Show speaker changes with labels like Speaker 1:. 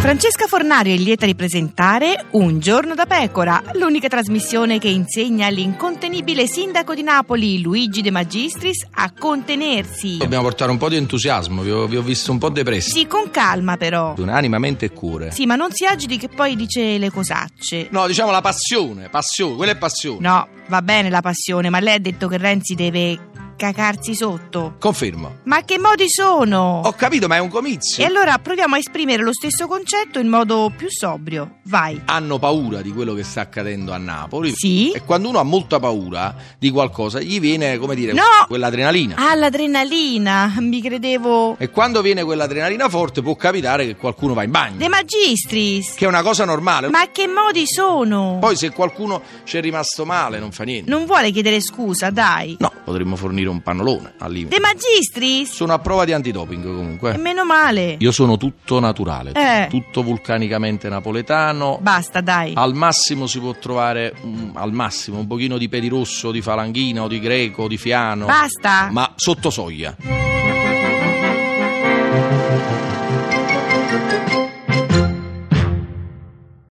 Speaker 1: Francesca Fornario è lieta di presentare Un giorno da pecora, l'unica trasmissione che insegna l'incontenibile sindaco di Napoli, Luigi De Magistris, a contenersi.
Speaker 2: Dobbiamo portare un po' di entusiasmo, vi ho, vi ho visto un po' depressi.
Speaker 1: Sì, con calma però.
Speaker 2: Un'anima, mente e cure.
Speaker 1: Sì, ma non si agiti che poi dice le cosacce.
Speaker 2: No, diciamo la passione, passione, quella è passione.
Speaker 1: No, va bene la passione, ma lei ha detto che Renzi deve cacarsi sotto.
Speaker 2: Confermo.
Speaker 1: Ma che modi sono?
Speaker 2: Ho capito, ma è un
Speaker 1: E
Speaker 2: comizio.
Speaker 1: allora proviamo a esprimere lo stesso concetto in modo più sobrio. Vai.
Speaker 2: Hanno paura di quello che sta accadendo a Napoli.
Speaker 1: Sì?
Speaker 2: E quando uno ha molta paura di qualcosa, gli viene, come dire,
Speaker 1: No!
Speaker 2: quell'adrenalina.
Speaker 1: Ah, l'adrenalina, mi credevo.
Speaker 2: E quando viene quell'adrenalina forte, può capitare che qualcuno va in bagno.
Speaker 1: De Magistris!
Speaker 2: che è una cosa normale.
Speaker 1: Ma che modi sono?
Speaker 2: Poi se qualcuno c'è rimasto male, non fa niente.
Speaker 1: Non vuole chiedere scusa, dai.
Speaker 2: No, potremmo fornire un pannolone al limite.
Speaker 1: De Magistris!
Speaker 2: Sono a prova di antidoping
Speaker 1: E
Speaker 2: comunque.
Speaker 1: meno male.
Speaker 2: Eh. Io sono tutto naturale,
Speaker 1: Eh.
Speaker 2: tutto vulcanicamente napoletano.
Speaker 1: Basta, dai.
Speaker 2: Al massimo si può trovare mm, al massimo un pochino di pedirosso, di falanghino, di greco, di fiano,
Speaker 1: Basta.
Speaker 2: ma sotto soglia.